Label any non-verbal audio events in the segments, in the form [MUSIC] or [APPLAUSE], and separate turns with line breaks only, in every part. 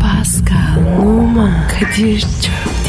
Pascal, Oman, Kadir çok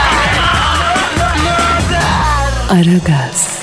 Aragaz,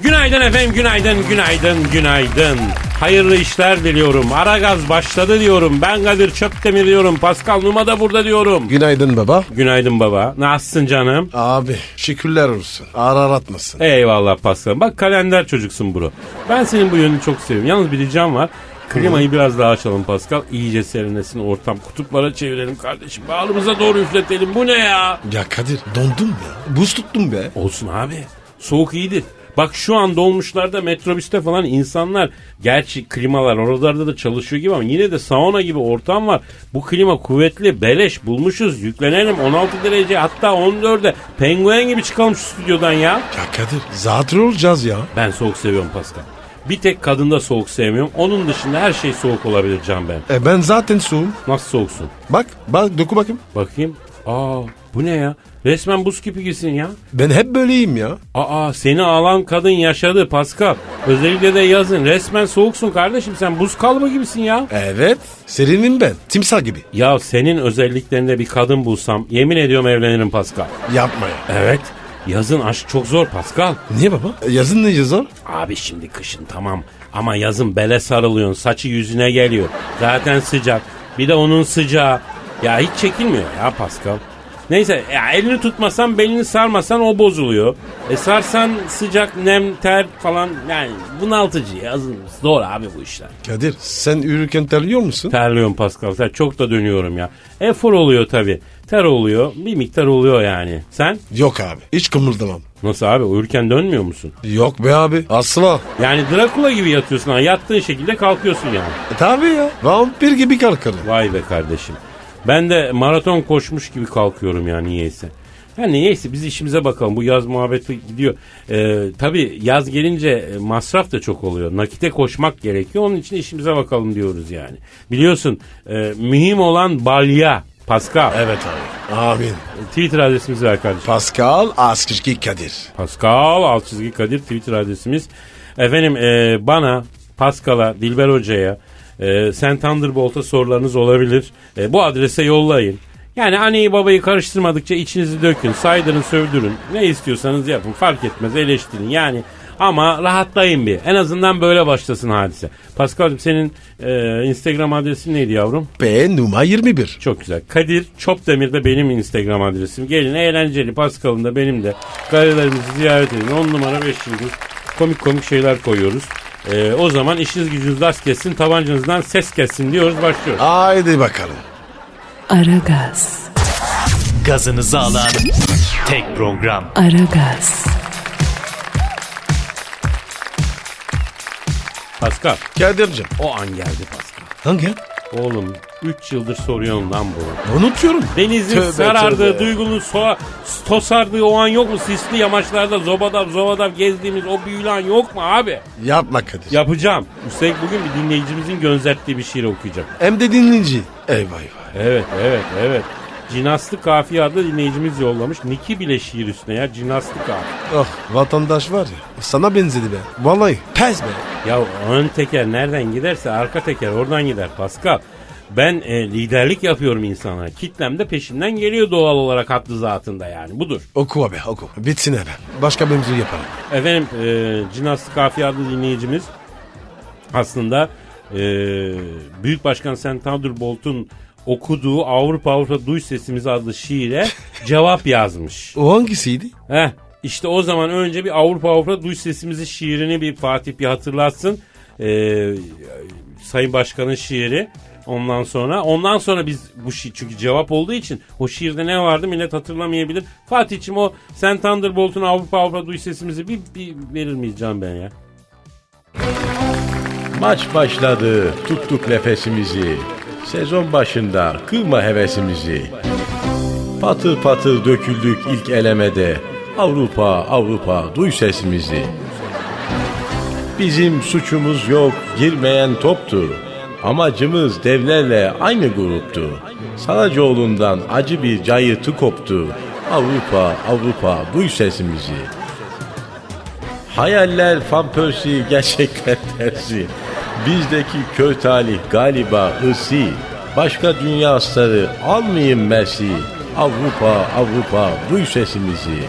Günaydın efendim, günaydın, günaydın, günaydın. Hayırlı işler diliyorum. Ara gaz başladı diyorum. Ben Kadir Çöptemir diyorum. Pascal Numa da burada diyorum.
Günaydın baba.
Günaydın baba. Nasılsın canım?
Abi şükürler olsun. Ağır atmasın.
Eyvallah Pascal. Bak kalender çocuksun bro. Ben senin bu yönünü çok seviyorum. Yalnız bir ricam var. Klimayı biraz daha açalım Pascal. İyice serinlesin ortam. Kutuplara çevirelim kardeşim. Bağrımıza doğru üfletelim. Bu ne ya?
Ya Kadir dondum ya. Buz tuttum be.
Olsun abi. Soğuk iyidir. Bak şu an dolmuşlarda, metrobüste falan insanlar gerçi klimalar oralarda da çalışıyor gibi ama yine de sauna gibi ortam var. Bu klima kuvvetli, beleş bulmuşuz. Yüklenelim 16 derece hatta 14'e penguen gibi çıkalım şu stüdyodan ya.
Ya Kadir zatürre olacağız ya.
Ben soğuk seviyorum Pascal. Bir tek kadında soğuk sevmiyorum. Onun dışında her şey soğuk olabilir can ben.
E ben zaten soğum.
Nasıl soğuksun?
Bak bak doku bakayım.
Bakayım. Aa bu ne ya? Resmen buz gibi gisin ya.
Ben hep böyleyim ya.
Aa seni ağlan kadın yaşadı Pascal. Özellikle de yazın. Resmen soğuksun kardeşim sen buz kalma gibisin ya.
Evet. Serinim ben. Timsah gibi.
Ya senin özelliklerinde bir kadın bulsam yemin ediyorum evlenirim Pascal.
Yapma ya.
Evet yazın aşk çok zor Pascal.
Niye baba? E, Yazın ne yazar?
Abi şimdi kışın tamam ama yazın bele sarılıyorsun saçı yüzüne geliyor. Zaten sıcak bir de onun sıcağı. Ya hiç çekilmiyor ya Pascal. Neyse ya elini tutmasan belini sarmasan o bozuluyor. E sarsan sıcak nem ter falan yani bunaltıcı yazın zor abi bu işler.
Kadir sen yürürken terliyor musun?
Terliyorum Pascal ter çok da dönüyorum ya. Efor oluyor tabi ter oluyor bir miktar oluyor yani. Sen
Yok abi. Hiç kımıldamam.
nasıl abi uyurken dönmüyor musun?
Yok be abi. Asla.
Yani Drakula gibi yatıyorsun ha yattığın şekilde kalkıyorsun yani.
E, tabii ya. Vampir gibi kalkarım.
Vay be kardeşim. Ben de maraton koşmuş gibi kalkıyorum ya niyeyse. Her niyeyse biz işimize bakalım. Bu yaz muhabbeti gidiyor. Ee, tabii yaz gelince e, masraf da çok oluyor. Nakite koşmak gerekiyor. Onun için işimize bakalım diyoruz yani. Biliyorsun e, mühim olan balya. Pascal. e,
Evet abi. Amin.
Twitter adresimizi ver kardeşim.
Pascal Askışki Kadir.
Pascal alt çizgi Kadir Twitter adresimiz. Efendim e, bana, Pascal'a, Dilber Hoca'ya, e, Sen Thunderbolt'a sorularınız olabilir. E, bu adrese yollayın. Yani anneyi babayı karıştırmadıkça içinizi dökün, saydırın, sövdürün. Ne istiyorsanız yapın fark etmez eleştirin yani. Ama rahatlayın bir. En azından böyle başlasın hadise. Pascal'cığım senin e, Instagram adresin neydi yavrum?
P numara 21.
Çok güzel. Kadir Çopdemir de benim Instagram adresim. Gelin eğlenceli Pascal'ın da benim de. Galerilerimizi ziyaret edin. 10 numara 5 yıldız. Komik komik şeyler koyuyoruz. Ee, o zaman işiniz gücünüz rast kessin, tabancanızdan ses kessin diyoruz başlıyoruz.
Haydi bakalım.
Aragaz,
gazınızı alan tek program.
Aragaz,
Pascal,
Kadir'cim.
o an geldi Pascal.
Hangi?
Oğlum 3 yıldır soruyorsun lan bunu.
Unutuyorum.
Denizin
Tövbe,
sarardığı,
tövbe.
duygunun soğa, tosardığı o an yok mu? Sisli yamaçlarda zobadav zobadav gezdiğimiz o büyülü an yok mu abi?
Yapma Kadir.
Yapacağım. Üstelik bugün bir dinleyicimizin gönderttiği bir şiir okuyacağım.
Hem de dinleyici. Eyvah eyvah.
Evet, evet, evet. Cinaslı Kafiye adlı dinleyicimiz yollamış. Niki bile şiir üstüne ya. Cinaslı Kafiye.
Oh vatandaş var ya. Sana benzedi be. Vallahi. Pez be.
Ya ön teker nereden giderse arka teker oradan gider Pascal. Ben e, liderlik yapıyorum insanlara. Kitlem de peşimden geliyor doğal olarak haklı zatında yani. Budur.
Oku abi oku. Bitsin abi. Başka mevzu yapalım.
Efendim e, Cinaslı Kafiye adlı dinleyicimiz aslında e, Büyük Başkan Sen Thunderbolt'un okuduğu Avrupa Avrupa Duy Sesimiz adlı şiire cevap yazmış.
O hangisiydi?
Heh, işte o zaman önce bir Avrupa Avrupa Duy Sesimizi şiirini bir Fatih bir hatırlatsın. E, Sayın Başkan'ın şiiri. Ondan sonra ondan sonra biz bu şiir çünkü cevap olduğu için o şiirde ne vardı millet hatırlamayabilir. Fatih'im o sen Thunderbolt'un Avrupa Avrupa duy sesimizi bir, bir verir miyiz can ben ya?
Maç başladı, tuttuk nefesimizi. Sezon başında kırma hevesimizi. Patır patır döküldük ilk elemede. Avrupa, Avrupa duy sesimizi. Bizim suçumuz yok, girmeyen toptu. Amacımız devlerle aynı gruptu. Saracoğlu'ndan acı bir cayırtı koptu. Avrupa, Avrupa duy sesimizi. Hayaller fanpörsi, gerçekler tersi. Bizdeki kör talih galiba ısi. Başka dünya starı almayın mersi. Avrupa, Avrupa duy sesimizi.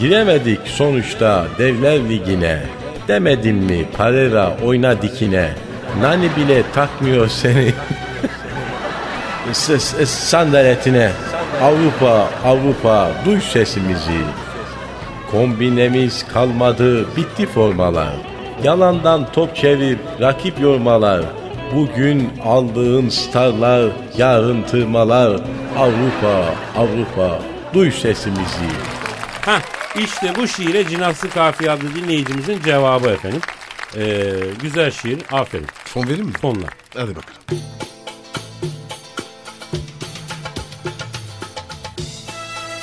Giremedik sonuçta devler ligine. Demedim mi Parera oyna dikine. Nani bile takmıyor seni. [LAUGHS] S- s- sandaletine. Avrupa, Avrupa duy sesimizi. Kombinemiz kalmadı, bitti formalar. Yalandan top çevirip rakip yormalar. Bugün aldığın starlar, yarın tırmalar. Avrupa, Avrupa, duy sesimizi.
Hah işte bu şiire Cinaslı Kafiye adlı dinleyicimizin cevabı efendim. Ee, güzel şiir. Aferin.
Fon vereyim mi?
Fonla.
Hadi bakalım.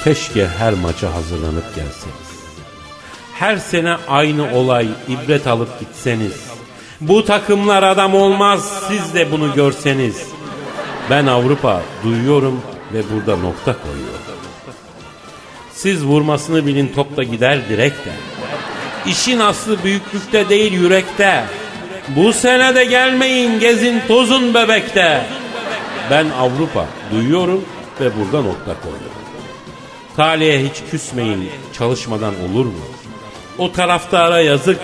Keşke her maça hazırlanıp gelseniz. Her sene aynı olay ibret alıp gitseniz. Bu takımlar adam olmaz siz de bunu görseniz. Ben Avrupa duyuyorum ve burada nokta koyuyorum. Siz vurmasını bilin top da gider direkte. İşin aslı büyüklükte değil yürekte. Bu sene de gelmeyin gezin tozun bebekte. Ben Avrupa duyuyorum ve burada nokta koyuyorum. Talihe hiç küsmeyin çalışmadan olur mu? O taraftara yazık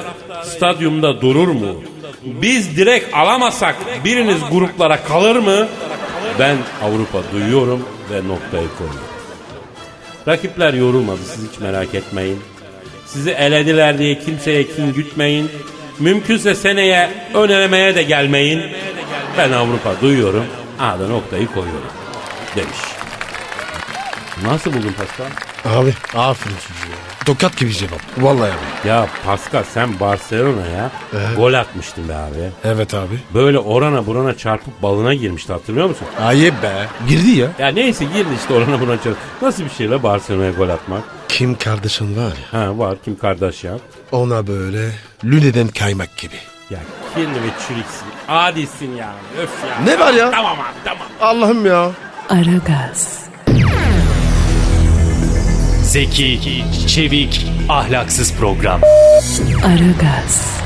stadyumda durur mu? Biz direkt alamasak biriniz gruplara kalır mı? Ben Avrupa duyuyorum ve noktayı koyuyorum. Rakipler yorulmadı siz hiç merak etmeyin. Sizi elediler diye kimseye kin gütmeyin. Mümkünse seneye öneremeye de gelmeyin. Ben Avrupa duyuyorum. A'da noktayı koyuyorum. Demiş. Nasıl buldun Pascal?
Abi aferin çocuğa. ya. Tokat gibi cevap. Vallahi abi.
Ya Pascal sen Barcelona'ya gol atmıştın be abi.
Evet abi.
Böyle orana burana çarpıp balına girmişti hatırlıyor musun?
Ayıp be. Girdi ya.
Ya neyse girdi işte orana burana çarpıp. Nasıl bir şey la Barcelona'ya gol atmak?
Kim kardeşin var ya.
Ha var Kim Kardashian.
Ona böyle lüleden kaymak gibi.
Ya kirli ve çüriksin. Adisin ya. Öf ya.
Ne var ya?
Tamam abi tamam.
Allah'ım ya.
Aragaz,
Zeki, çevik, ahlaksız program.
Aragaz,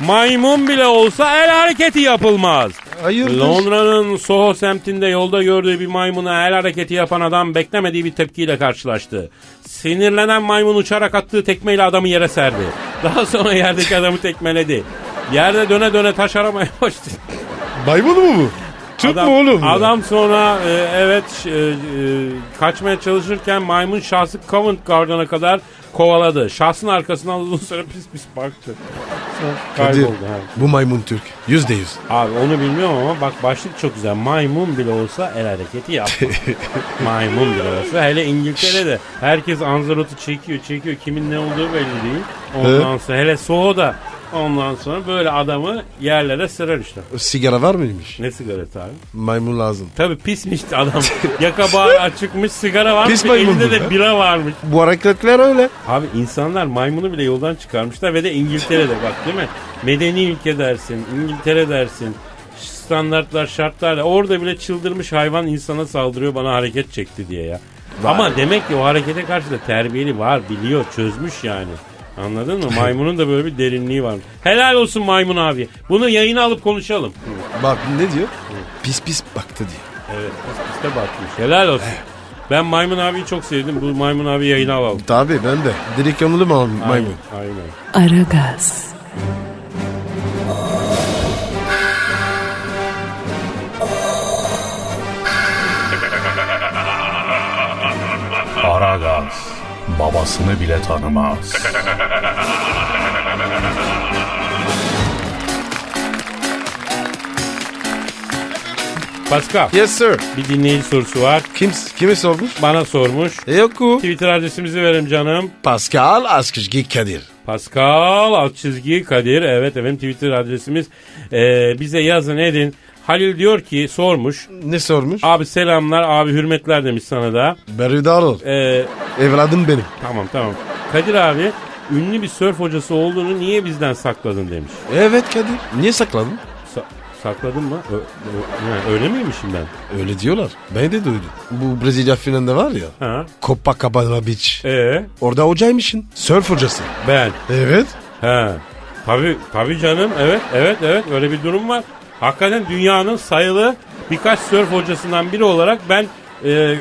Maymun bile olsa el hareketi yapılmaz.
Hayırdır?
Londra'nın Soho semtinde yolda gördüğü bir maymuna el hareketi yapan adam beklemediği bir tepkiyle karşılaştı. Sinirlenen maymun uçarak attığı tekmeyle adamı yere serdi. [LAUGHS] Daha sonra yerdeki adamı tekmeledi. Yerde döne döne taş aramaya başladı.
Maymun mu bu? Türk
Adam-
mu oğlum? bu?
Adam sonra e, evet ş- e, e, kaçmaya çalışırken maymun şahsı Covent Garden'a kadar kovaladı. Şahsın arkasından uzun süre pis pis baktı. Sonra
Kadir,
Kayboldu. ha.
Bu maymun Türk. Yüzde yüz.
Abi onu bilmiyorum ama bak başlık çok güzel. Maymun bile olsa el hareketi yapma. Maymun bile olsa. Hele İngiltere'de herkes anzarotu çekiyor çekiyor. Kimin ne olduğu belli değil. Ondan sonra hele Soho'da ondan sonra böyle adamı yerlere serer işte.
Sigara var mıymış?
Ne sigarası abi?
Maymun lazım.
Tabii pismişti adam. Yaka bağı açıkmış sigara varmış.
Pis
ve
maymundu
elinde de
be.
bira varmış.
Bu hareketler öyle.
Abi insanlar maymunu bile yoldan çıkarmışlar ve de İngiltere'de bak değil mi? Medeni ülke dersin, İngiltere dersin. Standartlar, şartlar. Orada bile çıldırmış hayvan insana saldırıyor bana hareket çekti diye ya. Ama demek ki o harekete karşı da terbiyeli var, biliyor, çözmüş yani. Anladın mı? Maymunun da böyle bir derinliği var. Helal olsun maymun abi. Bunu yayına alıp konuşalım.
Bak ne diyor? Pis pis baktı diyor.
Evet, pis pis de bakmış. Helal olsun. Ben maymun abiyi çok sevdim. Bu maymun abi yayına alalım.
Tabii ben de. Direkt yanılı mı maymun?
Aynen. aynen.
Aragaz,
Aragaz babasını bile tanımaz.
Pascal
Yes sir.
bir dinleyici sorusu var.
Kim, kimi sormuş?
Bana sormuş.
Yoku.
Twitter adresimizi verim canım.
Pascal Askışgi Kadir.
Pascal alt çizgi Kadir. Evet efendim Twitter adresimiz. Ee, bize yazın edin. Halil diyor ki sormuş.
Ne sormuş?
Abi selamlar abi hürmetler demiş sana da.
Berüdar ol.
Ee,
Evladım benim.
tamam tamam. Kadir abi ünlü bir sörf hocası olduğunu niye bizden sakladın demiş.
Evet Kadir. Niye sakladın?
Sa- sakladın mı? Ö- ö- ha, öyle miymişim ben?
Öyle diyorlar. Ben de duydum. Bu Brezilya filminde var ya.
Ha?
Copacabana Beach.
Ee,
Orada hocaymışsın. Sörf hocası.
ben.
Evet.
He. Tabii tabii canım. Evet, evet, evet. Öyle bir durum var. Hakikaten dünyanın sayılı birkaç sörf hocasından biri olarak ben e,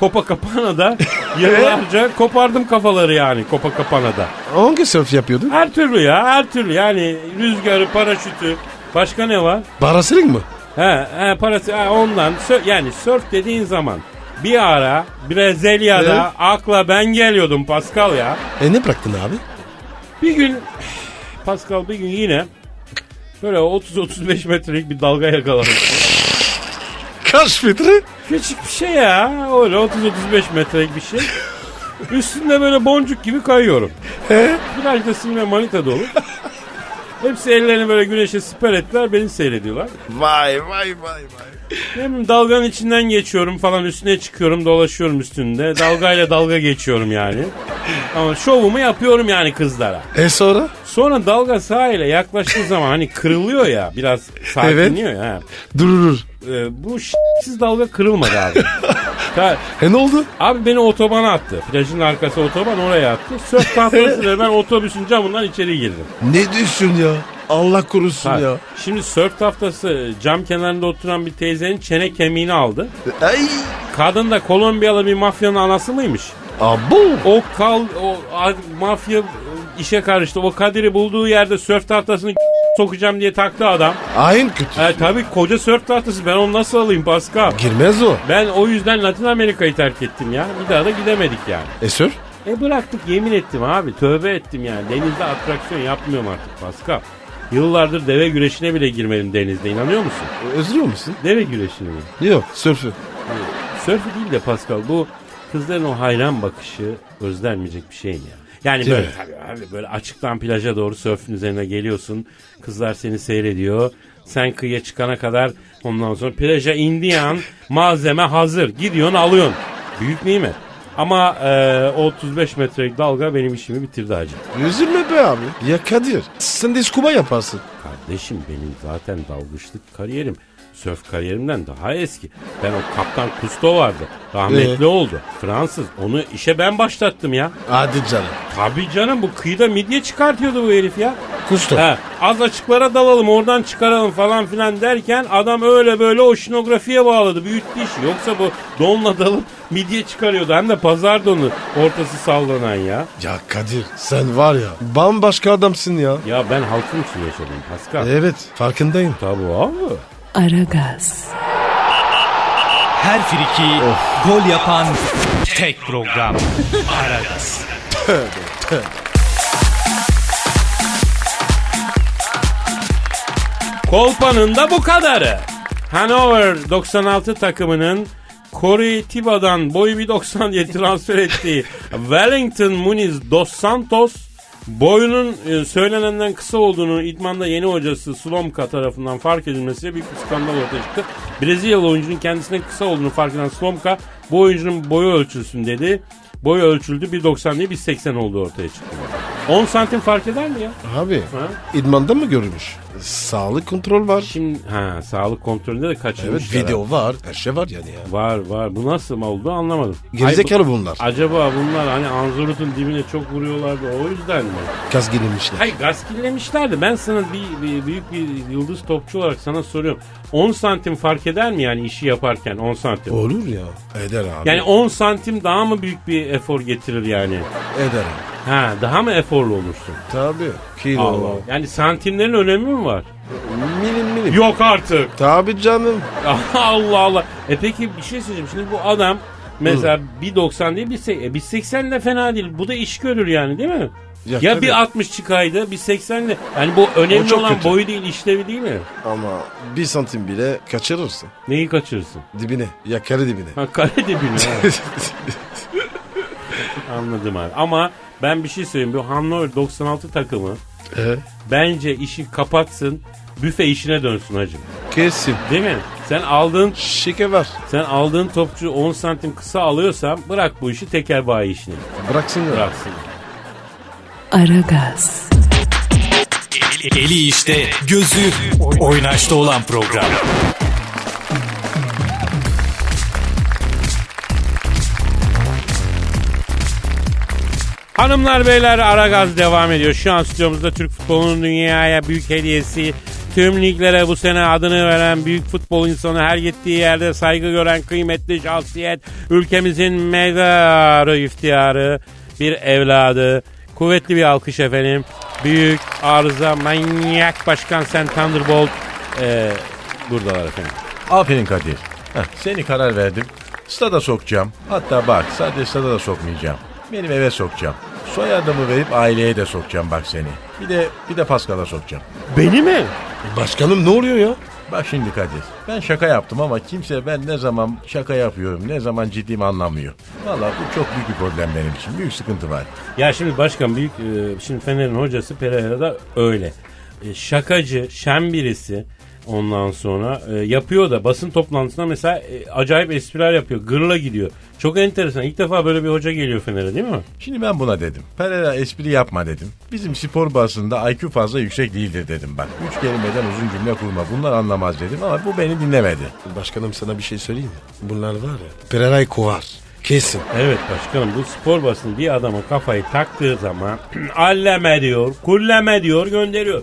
Copacabana'da yıllarca kopardım kafaları yani Copacabana'da.
Hangi sörf yapıyordun?
Her türlü ya, her türlü. Yani rüzgarı, paraşütü, başka ne var?
Barasırık mı?
He, he parası he, ondan. Sö- yani sörf dediğin zaman bir ara Brezilya'da
Evet.
akla ben geliyordum Pascal ya.
E ne bıraktın abi?
Bir gün Pascal bir gün yine böyle 30-35 metrelik bir dalga yakaladım.
Kaç metre?
Küçük bir şey ya. Öyle 30-35 metrelik bir şey. Üstünde böyle boncuk gibi kayıyorum. Plajda sim ve manita dolu. Hepsi ellerini böyle güneşe siper ettiler beni seyrediyorlar.
Vay vay vay vay.
Ne bileyim, dalganın içinden geçiyorum falan üstüne çıkıyorum dolaşıyorum üstünde. Dalgayla dalga geçiyorum yani. Ama şovumu yapıyorum yani kızlara.
E sonra?
Sonra dalga sahile yaklaştığı zaman hani kırılıyor ya biraz sakinliyor ya.
Durur.
Ee, bu siz dalga kırılmadı abi. Ta-
E ne oldu?
abi beni otobana attı. Plajın arkası otoban oraya attı. Sörf tahtasıyla ben otobüsün camından içeri girdim.
Ne diyorsun ya? Allah korusun
Ha,
ya.
Şimdi sörf tahtası cam kenarında oturan bir teyzenin çene kemiğini aldı.
Ay.
Kadın da Kolombiyalı bir mafyanın anası mıymış?
Abu.
O kal o a- mafya e, işe karıştı. O Kadir'i bulduğu yerde sörf tahtasını [LAUGHS] sokacağım diye taktı adam.
Ayın kötü.
E, tabii koca sörf tahtası ben onu nasıl alayım Pascal?
Girmez o.
Ben o yüzden Latin Amerika'yı terk ettim ya. Bir daha da gidemedik yani.
E sör?
E bıraktık yemin ettim abi. Tövbe ettim yani. Denizde atraksiyon yapmıyorum artık Pascal. Yıllardır deve güreşine bile girmedim denizde inanıyor musun?
Özlüyor musun?
Deve güreşine mi?
Yok sörfü.
Sörfü değil de Pascal bu kızların o hayran bakışı özlenmeyecek bir şey mi ya? Yani
Değil
böyle
mi?
tabii abi böyle açıktan plaja doğru sörfün üzerine geliyorsun. Kızlar seni seyrediyor. Sen kıyıya çıkana kadar ondan sonra plaja indiğin an malzeme hazır. Gidiyorsun alıyorsun. Büyük nimet. Ama e, o 35 metrelik dalga benim işimi bitirdi hacı.
Üzülme be abi. Ya Kadir sen de scuba yaparsın.
Kardeşim benim zaten dalgıçlık kariyerim sörf kariyerimden daha eski. Ben o kaptan Kusto vardı. Rahmetli
Ee?
oldu. Fransız. Onu işe ben başlattım ya.
Hadi canım.
Tabii canım bu kıyıda midye çıkartıyordu bu herif ya.
Kustu.
He, az açıklara dalalım oradan çıkaralım falan filan derken adam öyle böyle o şinografiye bağladı. Büyüttü işi. Yoksa bu donla dalıp midye çıkarıyordu. Hem de pazar donu ortası sallanan ya.
Ya Kadir sen var ya bambaşka adamsın ya.
Ya ben halkın için yaşadım Pascal.
Evet farkındayım.
Tabii abi.
Aragaz,
Her friki gol yapan tek program. Aragaz.
Kolpanın da bu kadarı. Hanover 96 takımının Corey Tiba'dan boyu 1.90 diye
[LAUGHS]
transfer ettiği Wellington Muniz Dos Santos boyunun e, söylenenden kısa olduğunu idmanda yeni hocası Slomka tarafından fark edilmesiyle büyük bir skandal ortaya çıktı. Brezilyalı oyuncunun kendisine kısa olduğunu fark eden Slomka bu oyuncunun boyu ölçülsün dedi. Boyu ölçüldü 1.90 değil 1.80 olduğu ortaya çıktı. 10 santim fark eder mi ya?
Abi idmanda mı görülmüş? Sağlık kontrol var.
Şimdi ha, sağlık kontrolünde de kaçırmışlar.
Evet video var. Her şey var yani ya.
Var var. Bu nasıl oldu anlamadım.
Gerizekalı
Ay, bu-
bunlar.
Acaba bunlar hani Anzurut'un dibine çok vuruyorlardı o yüzden mi?
Kaz gelinmişler.
Hayır gaskillemişlerdi. Ben sana bir, bir- büyük bir yıldız topçu olarak sana soruyorum. 10 santim fark eder mi yani işi yaparken 10 santim?
Olur ya. Eder abi.
Yani 10 santim daha mı büyük bir efor getirir yani?
Eder abi.
Ha daha mı eforlu olursun?
Tabii. Kilo.
Allah. Yani santimlerin önemi mi var?
Milim milim.
Yok artık.
Tabii canım.
[LAUGHS] Allah Allah. E peki bir şey söyleyeceğim. Şimdi bu adam mesela 1.90 değil 1.80 e, 1.80 de fena değil. Bu da iş görür yani değil mi? Ya,
Ya
bir
tabii.
60 çıkaydı bir 80 de. Yani bu
O
önemli
çok
olan
kötü.
boyu değil işlevi değil mi?
Ama bir santim bile kaçırırsın.
Neyi kaçırırsın?
Dibine. Ya kare
[LAUGHS]
dibine.
Ha kare dibine.
[LAUGHS]
ha. Anladım abi. Ama ben bir şey söyleyeyim. Bu Hannover 96 takımı
Ee?
bence işi kapatsın. Büfe işine dönsün hacı.
Kesin.
Değil mi? Sen aldığın
Şike var.
sen aldığın topçu 10 santim kısa alıyorsan bırak bu işi teker bayi işini.
Bıraksınlar.
Bıraksın.
Aragaz,
Eli işte, gözü oynaşta olan program.
Hanımlar beyler Aragaz devam ediyor. Şu an stüdyomuzda Türk futbolunun dünyaya büyük hediyesi. Tüm liglere bu sene adını veren büyük futbol insanı her gittiği yerde saygı gören kıymetli şahsiyet. Ülkemizin medarı iftiharı bir evladı. Kuvvetli bir alkış efendim. Büyük arıza manyak başkan Sen Thunderbolt. Ee, buradalar efendim.
Aferin Kadir. Heh, seni karar verdim. Stada sokacağım. Hatta bak sadece stada da sokmayacağım. Benim eve sokacağım. Soyadımı verip aileye de sokacağım bak seni. Bir de bir de Paskal'a sokacağım.
Beni mi?
Başkanım ne oluyor ya?
Bak şimdi Kadir. Ben şaka yaptım ama kimse ben ne zaman şaka yapıyorum, ne zaman ciddiyim anlamıyor. Vallahi bu çok büyük bir problem benim için. Büyük sıkıntı var.
Ya şimdi başkan büyük e, şimdi Fener'in hocası Pereira da öyle. E, Şakacı, şen birisi ondan sonra e, yapıyor da basın toplantısına mesela e, acayip espriler yapıyor. Gırla gidiyor. Çok enteresan. İlk defa böyle bir hoca geliyor Fener'e değil mi?
Şimdi ben buna dedim. Pereira espri yapma dedim. Bizim spor basında IQ fazla yüksek değildir dedim bak. Üç kelimeden uzun cümle kurma. Bunlar anlamaz dedim ama bu beni dinlemedi.
Başkanım sana bir şey söyleyeyim mi? Bunlar var ya. Pereray kovar. Kesin.
Evet başkanım bu spor basını bir adama kafayı taktığı zaman [CLEARS THROAT] alleme diyor, kulleme diyor gönderiyor.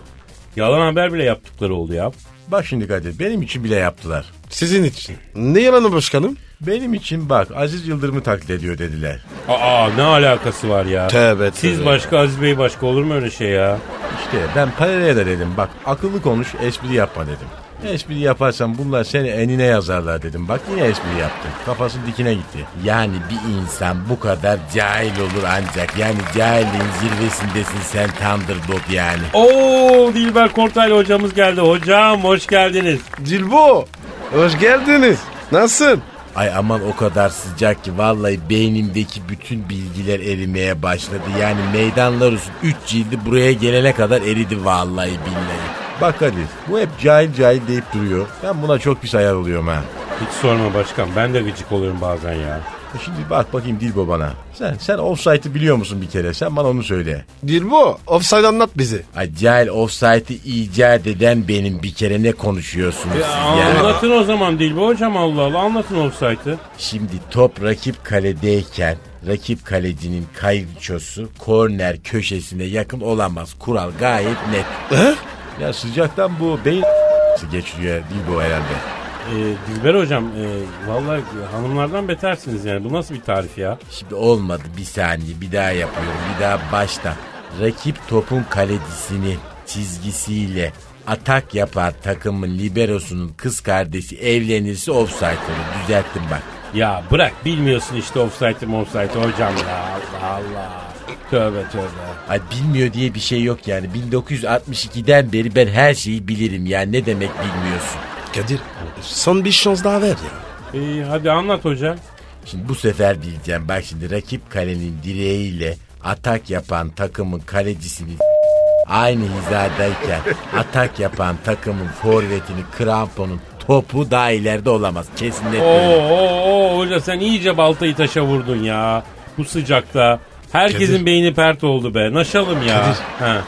Yalan haber bile yaptıkları oldu ya.
Bak şimdi Kadir benim için bile yaptılar.
Sizin için. Ne yalanı başkanım?
Benim için bak Aziz Yıldırım'ı taklit ediyor dediler.
Aa ne alakası var ya?
Tövbe
Siz
tövbe.
başka Aziz Bey başka olur mu öyle şey ya?
İşte ben Pereira'ya da dedim bak akıllı konuş espri yapma dedim. Espri yaparsan bunlar seni enine yazarlar dedim. Bak yine espri yaptı. Kafası dikine gitti. Yani bir insan bu kadar cahil olur ancak. Yani cahilliğin zirvesindesin sen Thunderbolt yani.
Oo Dilber Kortaylı hocamız geldi. Hocam hoş geldiniz.
Dilbo. Hoş geldiniz. Nasılsın?
Ay aman o kadar sıcak ki vallahi beynimdeki bütün bilgiler erimeye başladı. Yani meydanlar üstü 3 cildi buraya gelene kadar eridi vallahi billahi. Bak Kadir bu hep cahil cahil deyip duruyor. Ben buna çok pis ayar oluyorum ha.
Hiç sorma başkan ben de gıcık oluyorum bazen ya.
E Şimdi bak bakayım Dilbo bana. Sen sen offside'ı biliyor musun bir kere? Sen bana onu söyle.
Dilbo. Offside anlat bize.
Ay cahil offside'ı icat eden benim bir kere ne konuşuyorsunuz
Ya Anlatın o zaman Dilber hocam Allah Allah anlatın olsaydı.
Şimdi top rakip kaledeyken rakip kalecinin kayıçosu korner köşesine yakın olamaz. Kural gayet net. Ya sıcaktan bu beyin geçiriyor Dilbo herhalde.
Ee, Dilber hocam e, vallahi hanımlardan betersiniz yani bu nasıl bir tarif ya?
Şimdi olmadı bir saniye bir daha yapıyorum bir daha baştan. Rakip topun kalecisini çizgisiyle atak yapar takımın liberosunun kız kardeşi evlenirse offside olur. Düzelttim bak.
Ya bırak bilmiyorsun işte offside'ı offside'ı hocam ya Allah Allah. Tövbe tövbe.
Ay bilmiyor diye bir şey yok yani. 1962'den beri ben her şeyi bilirim yani ne demek bilmiyorsun.
Kadir. Son bir şans daha ver ya.
İyi hadi anlat hocam.
Şimdi bu sefer bileceğim. Bak şimdi rakip kalenin direğiyle atak yapan takımın kalecisini aynı hizadayken atak yapan takımın forvetini kramponun topu daha ileride olamaz. Kesinlikle.
Oo, oo, oo, hoca sen iyice baltayı taşa vurdun ya. Bu sıcakta. Herkesin
Kadir.
beyni pert oldu be. Naşalım ya.
Kadir.
Ha.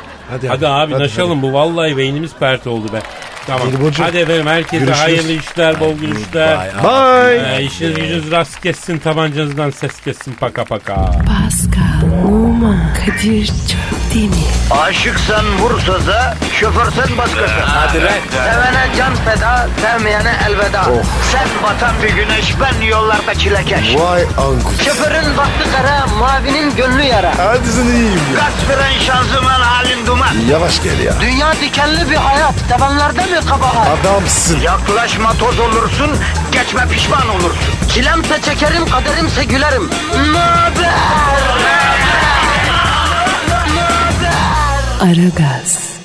Hadi
Hadi, hadi
abi,
abi
hadi,
naşalım bu. Vallahi beynimiz pert oldu be. Tamam.
Hadi Burcu.
Hadi efendim herkese
Görüşürüz.
hayırlı işler, bol
Vay,
gülüşler.
Bye.
Ee, işiniz gücünüz rast kessin, tabancanızdan ses kessin paka paka.
Pascal, Oman, Kadir çok değil mi?
Aşıksan vursa da, şoförsen başkasın. Hadi lan. Oh. Sevene can feda, sevmeyene elveda. Sen batan bir güneş, ben yollarda çilekeş.
Vay anku.
Şoförün baktı kara, mavinin gönlü yara.
Hadi sen iyiyim ya.
Kasperen şanzıman halin duman.
Yavaş gel ya.
Dünya dikenli bir hayat, sevenlerde mi kabahar?
Adamsın.
Yaklaşma toz olursun, geçme pişman olursun. Çilemse çekerim, kaderimse gülerim. Möber!
Aragaz.